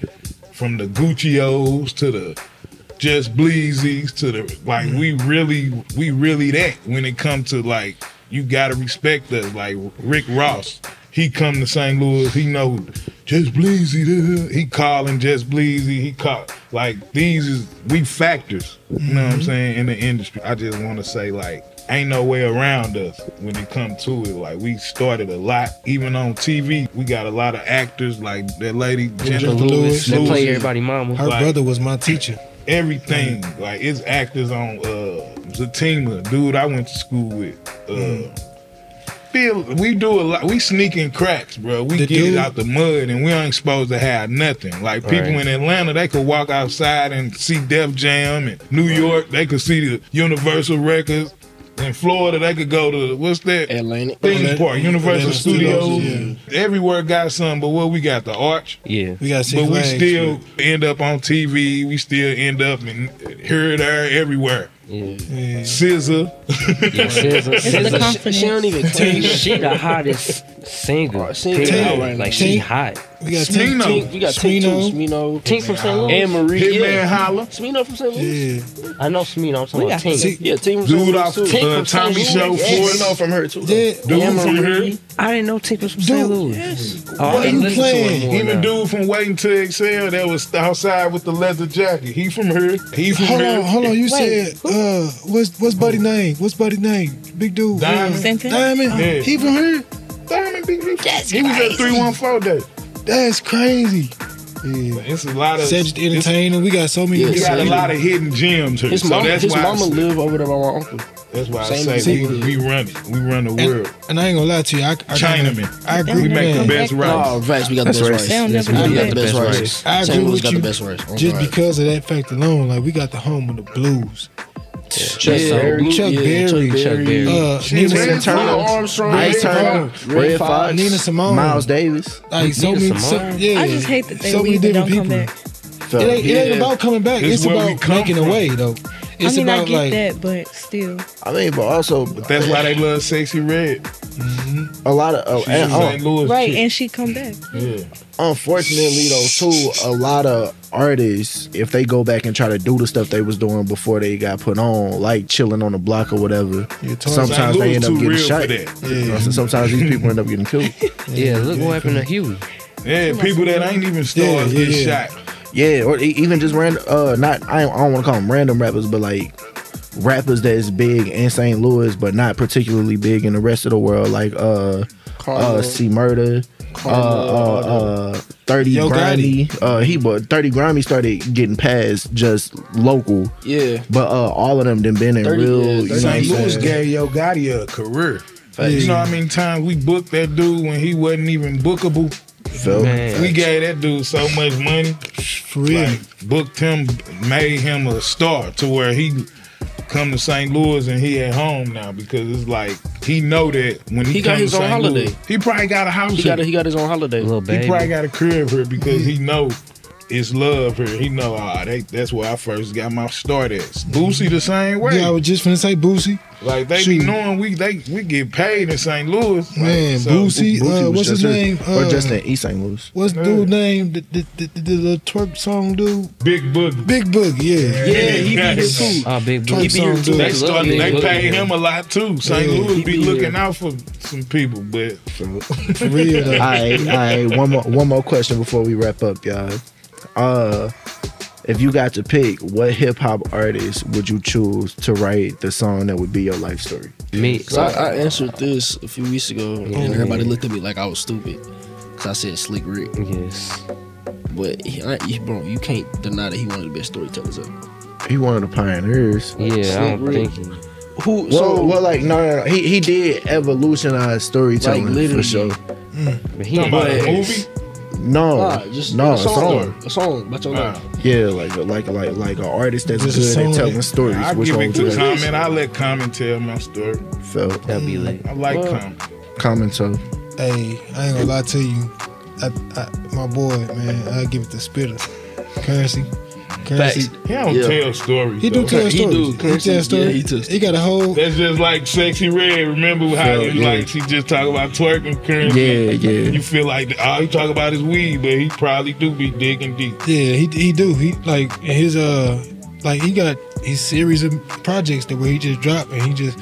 Speaker 2: From the Guccios to the just Bleezies to the like we really we really that when it comes to like you gotta respect us. Like Rick Ross, he come to St. Louis, he know just Bleezy, duh. he calling just Bleezy, he call Mm-hmm. like these is we factors. You know what I'm saying in the industry. I just want to say like ain't no way around us when it come to it. Like we started a lot, even on TV. We got a lot of actors like that lady Jennifer Lewis,
Speaker 6: They play
Speaker 2: Lucy.
Speaker 6: everybody mama.
Speaker 8: Her
Speaker 2: Like-
Speaker 8: brother was my teacher.
Speaker 2: everything.
Speaker 8: Mm.
Speaker 2: Like it's actors on uh Zatima, dude I went to school with. Uh
Speaker 8: Mm.
Speaker 2: Feel, we do a lot. We sneaking cracks, bro. We
Speaker 8: The
Speaker 2: get
Speaker 8: dude-
Speaker 2: it out the mud, and we ain't supposed to have nothing. Like people
Speaker 6: Right.
Speaker 2: in Atlanta, they could walk outside and see Def Jam, and New York, they could see the Universal Records. In Florida, they could go to what's that?
Speaker 7: Atlantic.
Speaker 2: Theme Park, Universal
Speaker 8: Atlanta
Speaker 2: Studios.
Speaker 8: Studios,
Speaker 2: Everywhere got something, but what we got the Arch.
Speaker 6: Yeah.
Speaker 8: We got six
Speaker 2: But we
Speaker 8: legs,
Speaker 2: still end up on TV. We still end up in here, there, everywhere.
Speaker 6: Yeah.
Speaker 8: Yeah.
Speaker 2: Scissor.
Speaker 6: yeah. SZA-
Speaker 11: It's the
Speaker 6: SZA,
Speaker 11: confidence.
Speaker 7: She don't even
Speaker 6: she-
Speaker 7: take.
Speaker 6: she the hottest singer.
Speaker 7: She-
Speaker 6: period.
Speaker 7: Right now.
Speaker 6: Like she
Speaker 8: She-
Speaker 6: hot.
Speaker 8: We got
Speaker 2: Smino.
Speaker 8: Tink,
Speaker 7: We got Tink too.
Speaker 8: Smino.
Speaker 7: Smino.
Speaker 6: Tink from St. Louis.
Speaker 7: And Marie.
Speaker 2: Hitman
Speaker 7: yeah.
Speaker 2: Holla.
Speaker 7: Smino from St. Louis.
Speaker 8: Yeah.
Speaker 6: I know Smino. I'm talking
Speaker 11: We
Speaker 6: about
Speaker 11: got
Speaker 6: Tink.
Speaker 7: Yeah, Tink from St.
Speaker 2: Dude
Speaker 7: Louis
Speaker 2: off
Speaker 7: too.
Speaker 6: Tink
Speaker 2: uh,
Speaker 6: from
Speaker 2: Tommy
Speaker 6: St. Louis.
Speaker 2: Show
Speaker 6: Yes.
Speaker 2: Ford.
Speaker 5: from her too.
Speaker 8: Yeah.
Speaker 2: Dude
Speaker 7: Anne
Speaker 2: from
Speaker 7: Marie.
Speaker 2: here.
Speaker 6: I didn't know Tink was from St. Louis. Oh,
Speaker 8: What
Speaker 6: I ain't
Speaker 8: you
Speaker 6: listen to
Speaker 8: playing?
Speaker 6: him more
Speaker 2: Even
Speaker 6: now.
Speaker 2: dude from Waiting to Excel that was outside with the leather jacket. He from here. He from
Speaker 8: Hold
Speaker 2: here.
Speaker 8: on, hold on. You said uh, what's what's buddy name? What's buddy name? Big dude.
Speaker 2: Diamond.
Speaker 8: Uh,
Speaker 11: Clinton?
Speaker 8: Diamond.
Speaker 2: Yeah.
Speaker 8: He from here.
Speaker 2: Diamond Big Big. He was at 314 day.
Speaker 8: That's crazy. Yeah.
Speaker 2: It's a lot of.
Speaker 8: Savage the
Speaker 2: it's-
Speaker 8: Entertainer. We got so many.
Speaker 7: Yeah,
Speaker 2: We got a lot of hidden gems here.
Speaker 7: His
Speaker 2: so
Speaker 7: mama,
Speaker 2: that's
Speaker 7: his
Speaker 2: why
Speaker 7: mama
Speaker 2: I,
Speaker 7: live over there by my uncle.
Speaker 2: that's why
Speaker 7: same-
Speaker 2: I say
Speaker 7: same-
Speaker 2: we, we run it. We run the
Speaker 8: And,
Speaker 2: world.
Speaker 8: and I ain't gonna lie to you. I, I kinda-
Speaker 2: Chinaman.
Speaker 8: I agree.
Speaker 2: We
Speaker 8: with
Speaker 2: make the
Speaker 8: that.
Speaker 2: best rice.
Speaker 7: Oh, Vax, we got the
Speaker 5: That's
Speaker 7: best
Speaker 5: right.
Speaker 7: rice.
Speaker 11: They don't
Speaker 6: Yes,
Speaker 11: never
Speaker 6: we
Speaker 11: do
Speaker 7: We got
Speaker 11: that.
Speaker 7: the best
Speaker 6: Best
Speaker 7: rice.
Speaker 6: rice.
Speaker 8: I agree
Speaker 7: St. Louis
Speaker 8: with
Speaker 7: got
Speaker 8: you.
Speaker 7: the best rice. on
Speaker 8: Just
Speaker 7: God.
Speaker 8: because of that fact alone, like we got the home of the blues.
Speaker 7: Chuck
Speaker 6: Yeah.
Speaker 7: Berry,
Speaker 8: Chuck
Speaker 7: yeah,
Speaker 8: Berry.
Speaker 7: Chuck
Speaker 6: Chuck
Speaker 7: Berry,
Speaker 6: Berry.
Speaker 8: Uh, Nina,
Speaker 5: Red
Speaker 8: Sim-
Speaker 5: Turner.
Speaker 7: Armstrong,
Speaker 5: Ice
Speaker 7: Red
Speaker 5: Turner,
Speaker 7: Fox,
Speaker 5: Red Fox.
Speaker 8: Nina Simone,
Speaker 5: Miles Davis.
Speaker 8: like so
Speaker 6: Nina
Speaker 8: many, so,
Speaker 6: Simone.
Speaker 8: yeah.
Speaker 11: I just hate that they
Speaker 8: so many
Speaker 11: leave and
Speaker 8: different
Speaker 11: don't
Speaker 8: people.
Speaker 11: come back.
Speaker 5: Fella.
Speaker 8: It ain't, it ain't
Speaker 7: Yeah.
Speaker 8: about coming back.
Speaker 2: This
Speaker 8: It's
Speaker 2: where we
Speaker 8: about
Speaker 2: come
Speaker 8: making
Speaker 2: from.
Speaker 8: a way, though. It's
Speaker 11: I mean,
Speaker 8: about
Speaker 11: I get
Speaker 8: like
Speaker 11: that, but still,
Speaker 5: I mean, but also
Speaker 2: That's why they love Sexy Red.
Speaker 5: a lot of oh,
Speaker 2: She's
Speaker 5: and,
Speaker 2: and,
Speaker 5: oh,
Speaker 2: St. Louis.
Speaker 11: right?
Speaker 2: chick.
Speaker 11: And she come back.
Speaker 2: yeah.
Speaker 5: unfortunately though too a lot of artists if they go back and try to do the stuff they was doing before they got put on like chilling on the block or whatever
Speaker 8: Yeah, Tarzan
Speaker 5: sometimes they
Speaker 2: St. Louis
Speaker 5: end up
Speaker 2: too
Speaker 5: getting
Speaker 2: real for
Speaker 5: shot
Speaker 2: that.
Speaker 5: You know what I'm saying? sometimes these people end up getting killed
Speaker 6: Yeah, look what happened to Huey.
Speaker 2: Yeah, people that ain't even
Speaker 8: Yeah,
Speaker 2: stars
Speaker 8: yeah,
Speaker 2: get
Speaker 8: yeah.
Speaker 2: shot.
Speaker 5: yeah or e- even just random uh not i don't, I don't want to call them random rappers but like rappers that's big in st louis but not particularly big in the rest of the world like uh uh
Speaker 7: Carmel.
Speaker 5: c murder uh, uh, uh, 30
Speaker 8: Yo
Speaker 5: grimy uh he but 30 grimy started getting past just local
Speaker 7: Yeah,
Speaker 5: But uh, all of them done been in
Speaker 7: 30
Speaker 5: real.
Speaker 7: years,
Speaker 5: you know
Speaker 7: 30
Speaker 5: what I'm
Speaker 2: St. Louis
Speaker 5: saying?
Speaker 2: gave Yo Gotti a career. You know how many times we booked that dude when he wasn't even bookable?
Speaker 5: Felt-
Speaker 6: Man.
Speaker 2: We gave that dude so much money.
Speaker 8: for real.
Speaker 2: Like, booked him, made him a star to where he come to St. Louis and he at home now because it's like he know that when he,
Speaker 7: He got
Speaker 2: come
Speaker 7: his
Speaker 2: to
Speaker 7: own
Speaker 2: St.
Speaker 7: holiday.
Speaker 2: Louis, he probably got a house.
Speaker 7: he
Speaker 2: here.
Speaker 7: got he got his own holiday.
Speaker 6: Little
Speaker 2: He
Speaker 6: baby.
Speaker 2: probably got a crib here because he know it's love here. He know ah, they, that's where I first got my start at. Boosie the same way.
Speaker 8: yeah, I was just finna say Boosie,
Speaker 2: like they
Speaker 8: shoot.
Speaker 2: be knowing we they we get paid in St. Louis. Like,
Speaker 8: man.
Speaker 2: so-
Speaker 8: Boosie,
Speaker 5: Boosie was
Speaker 8: uh, what's
Speaker 5: just
Speaker 8: his
Speaker 5: there.
Speaker 8: name?
Speaker 5: or
Speaker 8: Uh,
Speaker 5: just in East St. Louis.
Speaker 8: What's the dude name? The, the, the, the, the twerk song dude,
Speaker 2: Big Boogie.
Speaker 8: Big Boogie. Yeah,
Speaker 7: Yeah, he be here too.
Speaker 6: Oh, big
Speaker 8: Twerk
Speaker 6: booty.
Speaker 8: song dude.
Speaker 2: They
Speaker 6: Big
Speaker 2: start,
Speaker 6: Boogie,
Speaker 2: they
Speaker 6: Big
Speaker 2: pay
Speaker 6: Boogie.
Speaker 2: him a lot too. St.
Speaker 8: Yeah,
Speaker 2: Louis
Speaker 7: he
Speaker 2: be
Speaker 7: be
Speaker 2: looking
Speaker 7: here.
Speaker 2: out for some people, but
Speaker 8: for real. though.
Speaker 5: All right, all right. One more, one more question before we wrap up, y'all. Uh, if you got to pick, what hip hop artist would you choose to write the song that would be your life story?
Speaker 6: Me.
Speaker 7: So I, I answered this a few weeks ago, and everybody looked at me like I was stupid. Cause I said Slick Rick,
Speaker 6: Yes.
Speaker 7: but he, I, he, bro, you can't deny that he one of the best storytellers ever.
Speaker 5: He one of the pioneers.
Speaker 6: Yeah, I
Speaker 7: Slick
Speaker 6: don't
Speaker 7: Rick.
Speaker 6: think he.
Speaker 7: Who?
Speaker 5: Well, well, like no, no, no. He he did evolutionize storytelling
Speaker 7: Like, literally.
Speaker 5: for sure.
Speaker 6: But he
Speaker 2: talking about a
Speaker 7: But-
Speaker 2: movie.
Speaker 5: No,
Speaker 7: nah, just
Speaker 5: Oh, no,
Speaker 7: a
Speaker 5: it's on.
Speaker 7: song, a song about your
Speaker 2: Nah.
Speaker 7: life.
Speaker 5: Yeah, like like like like an artist that's
Speaker 8: Just a
Speaker 5: good
Speaker 8: song
Speaker 5: at telling
Speaker 8: that-
Speaker 5: stories.
Speaker 2: I
Speaker 5: which
Speaker 2: give
Speaker 5: one
Speaker 2: it
Speaker 5: would
Speaker 2: to
Speaker 5: you like?
Speaker 2: comment. I let comment tell my story.
Speaker 5: Felt.
Speaker 6: That'd be lit.
Speaker 2: I like
Speaker 7: Well,
Speaker 2: comment.
Speaker 5: Comment so.
Speaker 8: Hey, I ain't gonna lie to you. I, I, my boy, man, I give it to Spitter. Currency. Currency.
Speaker 2: He don't
Speaker 7: yeah.
Speaker 2: tell stories.
Speaker 8: He
Speaker 2: though.
Speaker 8: do tell
Speaker 7: He
Speaker 8: stories.
Speaker 7: do.
Speaker 8: He
Speaker 7: Currency,
Speaker 8: tell stories.
Speaker 7: yeah, he tell
Speaker 8: he got a whole.
Speaker 2: That's just like sexy red. Remember how
Speaker 5: Felt,
Speaker 2: you
Speaker 5: yeah.
Speaker 2: like she just talk about twerking currency.
Speaker 5: Yeah, yeah.
Speaker 2: You feel like all he talk about is weed, but he probably do be digging deep.
Speaker 8: Yeah, he he do. He like his uh like he got his series of projects that where he just dropped and he just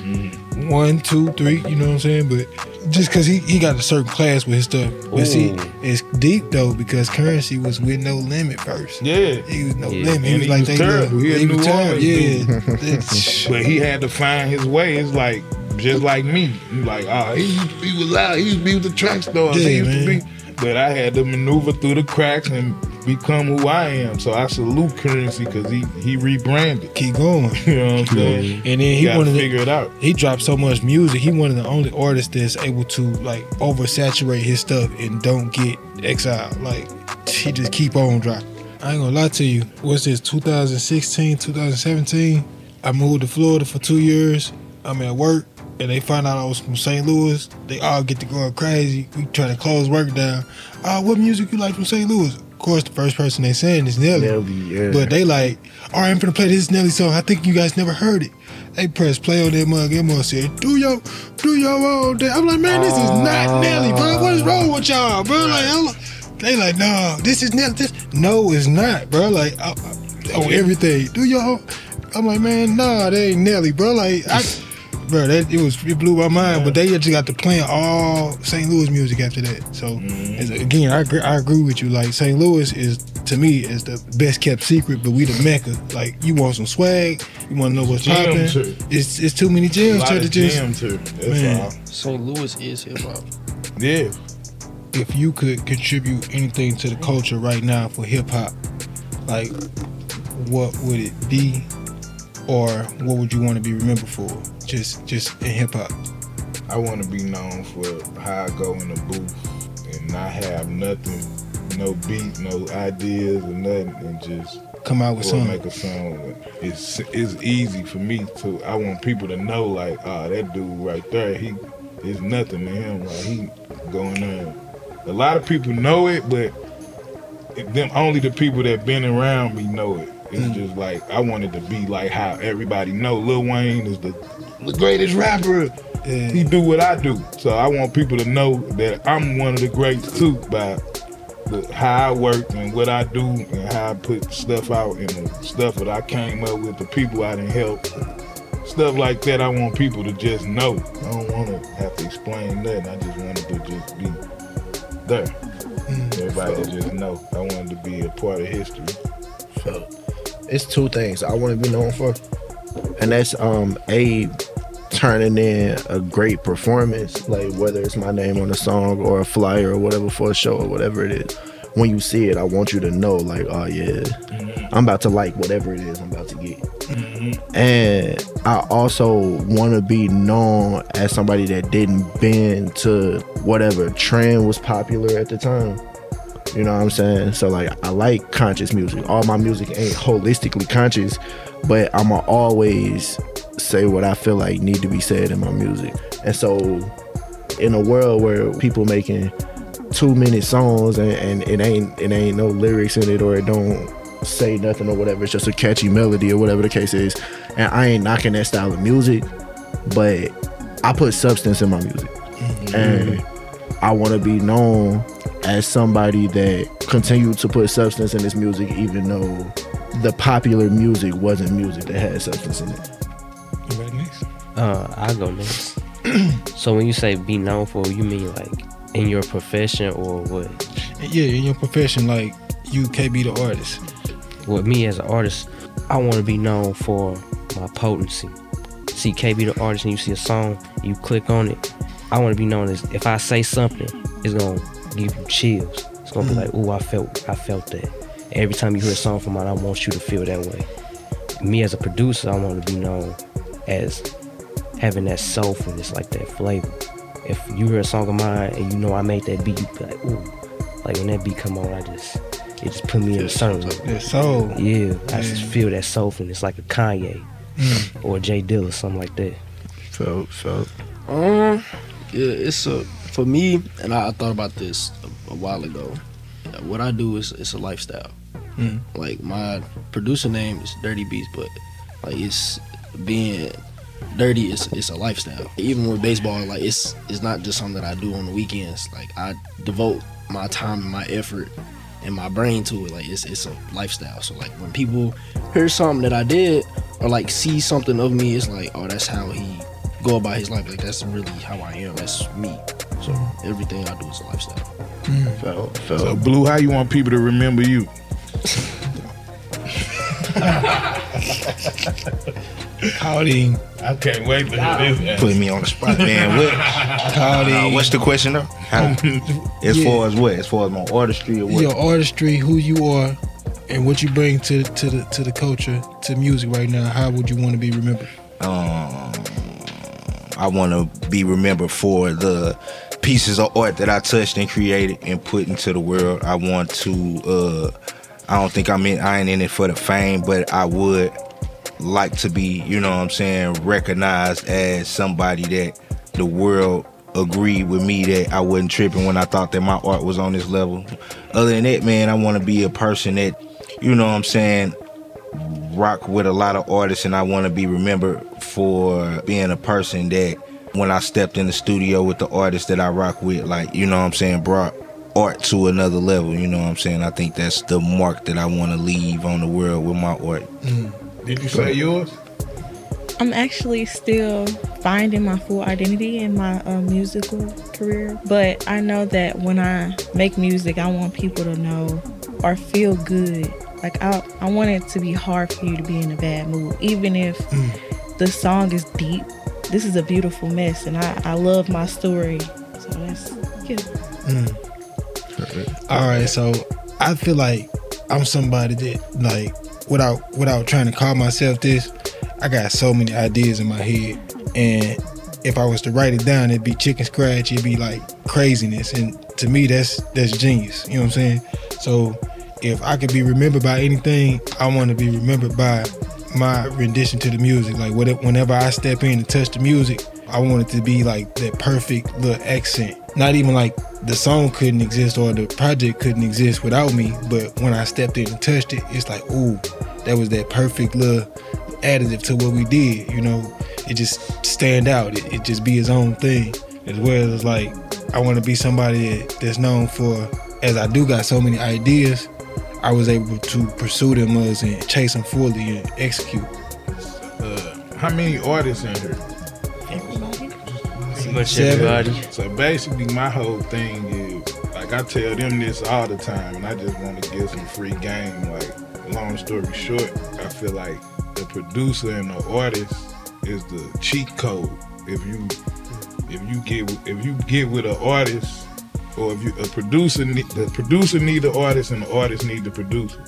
Speaker 8: one, two, three, you know what I'm saying? But just because he, he got a certain class with his stuff. But see, it's deep though because currency was with no limit first.
Speaker 2: Yeah.
Speaker 8: He was no
Speaker 2: Yeah.
Speaker 8: limit. He
Speaker 2: And
Speaker 8: was like they
Speaker 2: terrible.
Speaker 8: look-
Speaker 2: He, a New
Speaker 8: was terrible.
Speaker 2: Orleans
Speaker 8: Yeah.
Speaker 2: dude.
Speaker 8: That's-
Speaker 2: but he had to find his way. It's like just like me. You Like oh, he, he was loud. He used to be with the track stars.
Speaker 8: Yeah,
Speaker 2: he used
Speaker 8: man.
Speaker 2: to be. But I had to maneuver through the cracks and become who I am. So I salute Currency because he he rebranded.
Speaker 8: Keep *laughs* going.
Speaker 2: You know what I'm saying?
Speaker 8: And then he
Speaker 2: You gotta
Speaker 8: wanted to
Speaker 2: figure it out.
Speaker 8: He dropped so much music. He one of the only artists that's able to like oversaturate his stuff and don't get exiled. Like he just keep on dropping. I ain't gonna lie to you. What's this? 2016, 2017. I moved to Florida for two years. I'm at work, and they find out I was from St. Louis. They all get to going crazy. We trying to close work down. Uh, what music you like from St. Louis? Of course, the first person they saying is Nelly.
Speaker 5: Nelly, yeah.
Speaker 8: But they like, all right, I'm gonna play this Nelly song. I think you guys never heard it. They press play on that mug. That mug said, do your, do your own thing. I'm like, man, this is not Nelly, bro. What is wrong with y'all, bro? Like, I'm like- they like, no, this is Nelly. This, no, it's not, bro. Like, I, I, on everything, do your. own- I'm like, man, nah, that ain't Nelly, bro. Like, I, bro, that it was it blew my mind. But they just got to playing all St. Louis music after that. So
Speaker 2: Mm-hmm.
Speaker 8: it's- again, I agree, I agree with you. Like St. Louis is to me is the best kept secret, but we the mecca. Like you want some swag, you want to know what's
Speaker 2: Gym
Speaker 8: popping.
Speaker 2: too.
Speaker 8: It's it's too many
Speaker 2: A
Speaker 8: gems
Speaker 2: lot
Speaker 8: to
Speaker 2: of
Speaker 8: the just.
Speaker 2: jam too. That's
Speaker 8: Man.
Speaker 2: all.
Speaker 7: St. Louis is hip hop.
Speaker 2: Yeah.
Speaker 8: If you could contribute anything to the culture right now for hip hop, like what would it be, or what would you want to be remembered for? Just just in hip hop.
Speaker 2: I want to be known for how I go in the booth and not have nothing, no beat, no ideas or nothing, and just
Speaker 8: Come out with
Speaker 2: go and
Speaker 8: something.
Speaker 2: make a song. It's it's easy for me to. I want people to know like, ah, that dude right there, he is nothing to him. Like he going on. A lot of people know it, but it- them only the people that been around me know it. It's just like I wanted to be like how everybody know Lil Wayne is the, the greatest rapper.
Speaker 8: Yeah.
Speaker 2: He do what I do, so I want people to know that I'm one of the greats too by the, how I work and what I do and how I put stuff out and the stuff that I came up with, the people I didn't help, stuff like that. I want people to just know. I don't want to have to explain nothing. I just wanted to just be there. Everybody to just know. I wanted to be a part of history.
Speaker 5: So it's two things I want to be known for, and that's um a turning in a great performance, like whether it's my name on a song or a flyer or whatever for a show or whatever it is. When you see it, I want you to know, like, oh yeah, I'm about to like whatever it is I'm about to get. And I also want to be known as somebody that didn't bend to whatever trend was popular at the time. You know what I'm saying? So like I like conscious music. All my music ain't holistically conscious, but I'ma always say what I feel like need to be said in my music. And so in a world where people making two minute songs and, and it ain't it ain't no lyrics in it or it don't say nothing or whatever, it's just a catchy melody or whatever the case is. And I ain't knocking that style of music, but I put substance in my music. And I want to be known as somebody that continued to put substance in his music, even though the popular music wasn't music that had substance in it.
Speaker 8: Right next.
Speaker 6: Uh, I go next. so when you say be known for, you mean like in your profession or what?
Speaker 8: Yeah, in your profession, like you can't be the artist.
Speaker 6: With me as an artist, I want to be known for my potency. See KB the artist, and you see a song, you click on it. I want to be known as if I say something, it's gonna give you chills. It's gonna be like, ooh, I felt, I felt that. Every time you hear a song from mine, I want you to feel that way. Me as a producer, I want to be known as having that soulfulness, like that flavor. If you hear a song of mine and you know I made that beat, you be like, ooh, like when that beat come on, I just it just put me in a certain level.
Speaker 8: That soul.
Speaker 6: Yeah, I just feel that soulfulness, like a Kanye
Speaker 11: Mm.
Speaker 6: or a J Dill or something like that.
Speaker 5: So, so
Speaker 7: Um, yeah, it's a for me, and I, I thought about this a, a while ago. Uh, What I do is it's a lifestyle.
Speaker 5: Mm.
Speaker 8: Mhm.
Speaker 7: Like my producer name is Dirty Beats, but like it's being dirty is it's a lifestyle. Even with baseball, like it's it's not just something that I do on the weekends. Like I devote my time and my effort and my brain to it. Like it's it's a lifestyle. So like when people hear something that I did or like see something of me, it's like oh that's how he go about his life. Like that's really how I am. That's me. So everything I do is a lifestyle.
Speaker 5: Felt,
Speaker 2: So Blue, how you want people to remember you?
Speaker 8: Howdy.
Speaker 2: I can't wait to hear this.
Speaker 4: Put me on the spot, man. *laughs* What, uh, what's the question though? How, *laughs* as
Speaker 8: Yeah.
Speaker 4: far as what? As far as my artistry or what?
Speaker 8: Your artistry, who you are, and what you bring to to the to the culture, to music right now. How would you want to be remembered?
Speaker 4: um, I want to be remembered for the pieces of art that I touched and created and put into the world. I want to. Uh, I don't think I'm in. I ain't in it for the fame, but I would like to be. You know what I'm saying? Recognized as somebody that the world agreed with me that I wasn't tripping when I thought that my art was on this level. Other than that, man, I want to be a person that. You know what I'm saying? rock with a lot of artists and I want to be remembered for being a person that when I stepped in the studio with the artists that I rock with, like, you know what I'm saying, brought art to another level, you know what I'm saying? I think that's the mark that I want to leave on the world with my art.
Speaker 2: Did you say yours?
Speaker 11: I'm actually still finding my full identity in my uh, musical career, but I know that when I make music, I want people to know or feel good. Like I, I want it to be hard for you to be in a bad mood, even if the song is deep. This is a beautiful mess, and I, I love my story. So that's yeah.
Speaker 8: All right, so I feel like I'm somebody that like without without trying to call myself this, I got so many ideas in my head, and if I was to write it down, it'd be chicken scratch, it'd be like craziness, and to me that's that's genius. You know what I'm saying? So if I could be remembered by anything, I want to be remembered by my rendition to the music. Like what- whenever I step in and touch the music, I want it to be like that perfect little accent. Not even like the song couldn't exist or the project couldn't exist without me, but when I stepped in and touched it, it's like, ooh, that was that perfect little additive to what we did. You know, it just stand out. It, it just be his own thing. As well as like, I want to be somebody that, that's known for, as I do got so many ideas, I was able to pursue them as and chase them fully and execute.
Speaker 2: Uh, how many artists in here?
Speaker 6: Pretty much
Speaker 8: Seven.
Speaker 6: everybody.
Speaker 2: So basically, my whole thing is like I tell them this all the time, and I just want to give some free game. Like, long story short, I feel like the producer and the artist is the cheat code. If you if you get if you get with an artist, or if you a producer, need- the producer need the artist, and the artist need the producer.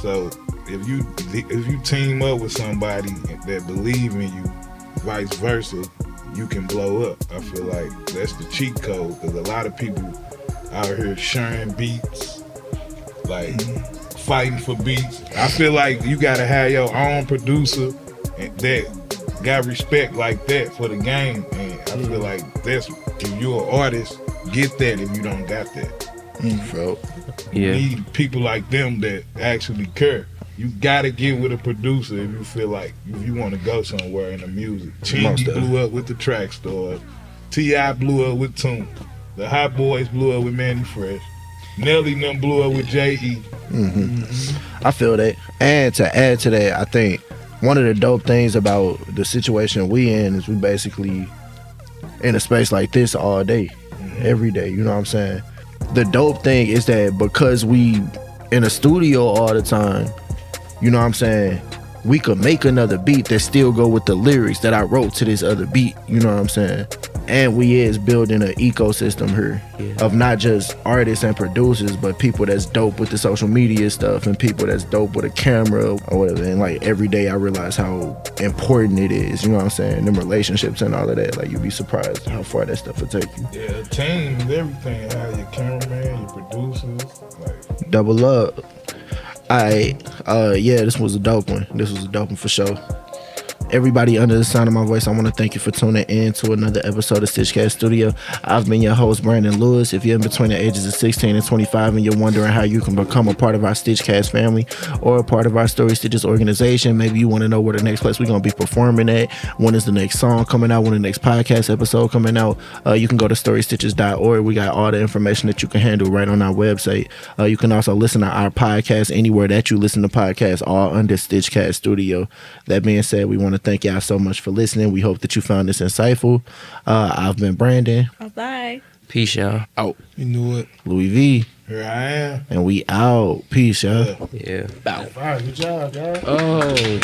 Speaker 2: So if you if you team up with somebody that believe in you, vice versa, you can blow up. I feel like that's the cheat code because a lot of people out here sharing beats, like fighting for beats. I feel like you gotta have your own producer and that got respect like that for the game. And I feel like that's if you're an artist, get that if you don't got that
Speaker 5: felt.
Speaker 6: Yeah.
Speaker 2: need people like them that actually care. You gotta get with a producer if you feel like if you want to go somewhere in the music.
Speaker 5: Most
Speaker 2: Chingy
Speaker 5: definitely.
Speaker 2: blew up with the track store. Ti blew up with Tune. The Hot Boys blew up with Manny Fresh. Nelly and them blew up with E. Je.
Speaker 5: I feel that. And to add to that, I think one of the dope things about the situation we in is we basically in a space like this all day,
Speaker 4: Mm-hmm.
Speaker 5: every day. You know what I'm saying? The dope thing is that because we in a studio all the time, you know what I'm saying? We could make another beat that still go with the lyrics that I wrote to this other beat. You know what I'm saying? And we is building an ecosystem here of not just artists and producers, but people that's dope with the social media stuff and people that's dope with a camera or whatever. And like every day, I realize how important it is. You know what I'm saying? Them relationships and all of that. Like you'd be surprised how far that stuff will take you.
Speaker 2: Yeah, team, is everything. How your cameraman, your producers, like
Speaker 5: Double up. I uh yeah, this was a dope one. This was a dope one for sure. Everybody under the sound of my voice, I want to thank you for tuning in to another episode of Stitchcast Studio. I've been your host, Brandon Lewis. If you're in between the ages of 16 and 25 and you're wondering how you can become a part of our Stitchcast family or a part of our Story Stitches organization, maybe you want to know where the next place we're going to be performing at, when is the next song coming out, when the next podcast episode coming out, uh, you can go to storystitches.org. We got all the information that you can handle right on our website. Uh, you can also listen to our podcast anywhere that you listen to podcasts, all under Stitchcast Studio. That being said, we want to to thank y'all so much for listening. We hope that you found this insightful. Uh, I've been Brandon.
Speaker 9: Oh,
Speaker 11: Bye.
Speaker 6: Peace, y'all.
Speaker 5: Out.
Speaker 8: You knew it.
Speaker 5: Louis V.
Speaker 2: Here I am.
Speaker 5: And we out. Peace, y'all.
Speaker 6: Yeah.
Speaker 2: All right, good job, guys.
Speaker 6: Oh.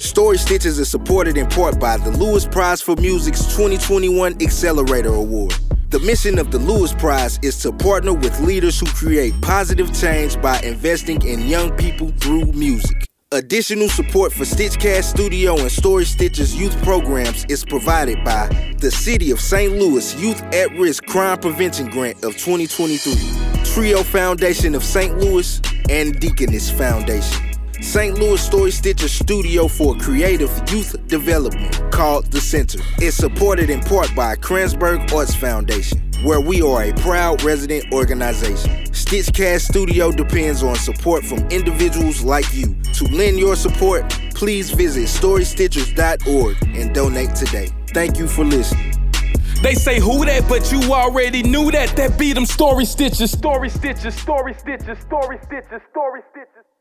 Speaker 4: Story Stitches is supported in part by the Lewis Prize for Music's 2021 Accelerator Award. The mission of the Lewis Prize is to partner with leaders who create positive change by investing in young people through music. Additional support for Stitchcast Studio and Story Stitches youth programs is provided by the City of St. Louis Youth at Risk Crime Prevention Grant of 2023, Trio Foundation of St. Louis, and Deaconess Foundation. St. Louis Story Stitcher Studio for Creative Youth Development, called The Center, is supported in part by Kranzberg Arts Foundation, where we are a proud resident organization. Stitchcast Studio depends on support from individuals like you. To lend your support, please visit storystitchers.org and donate today. Thank you for listening.
Speaker 1: They say who that, but you already knew that. That be them story stitches, story stitches, story stitches, story stitches, story stitches.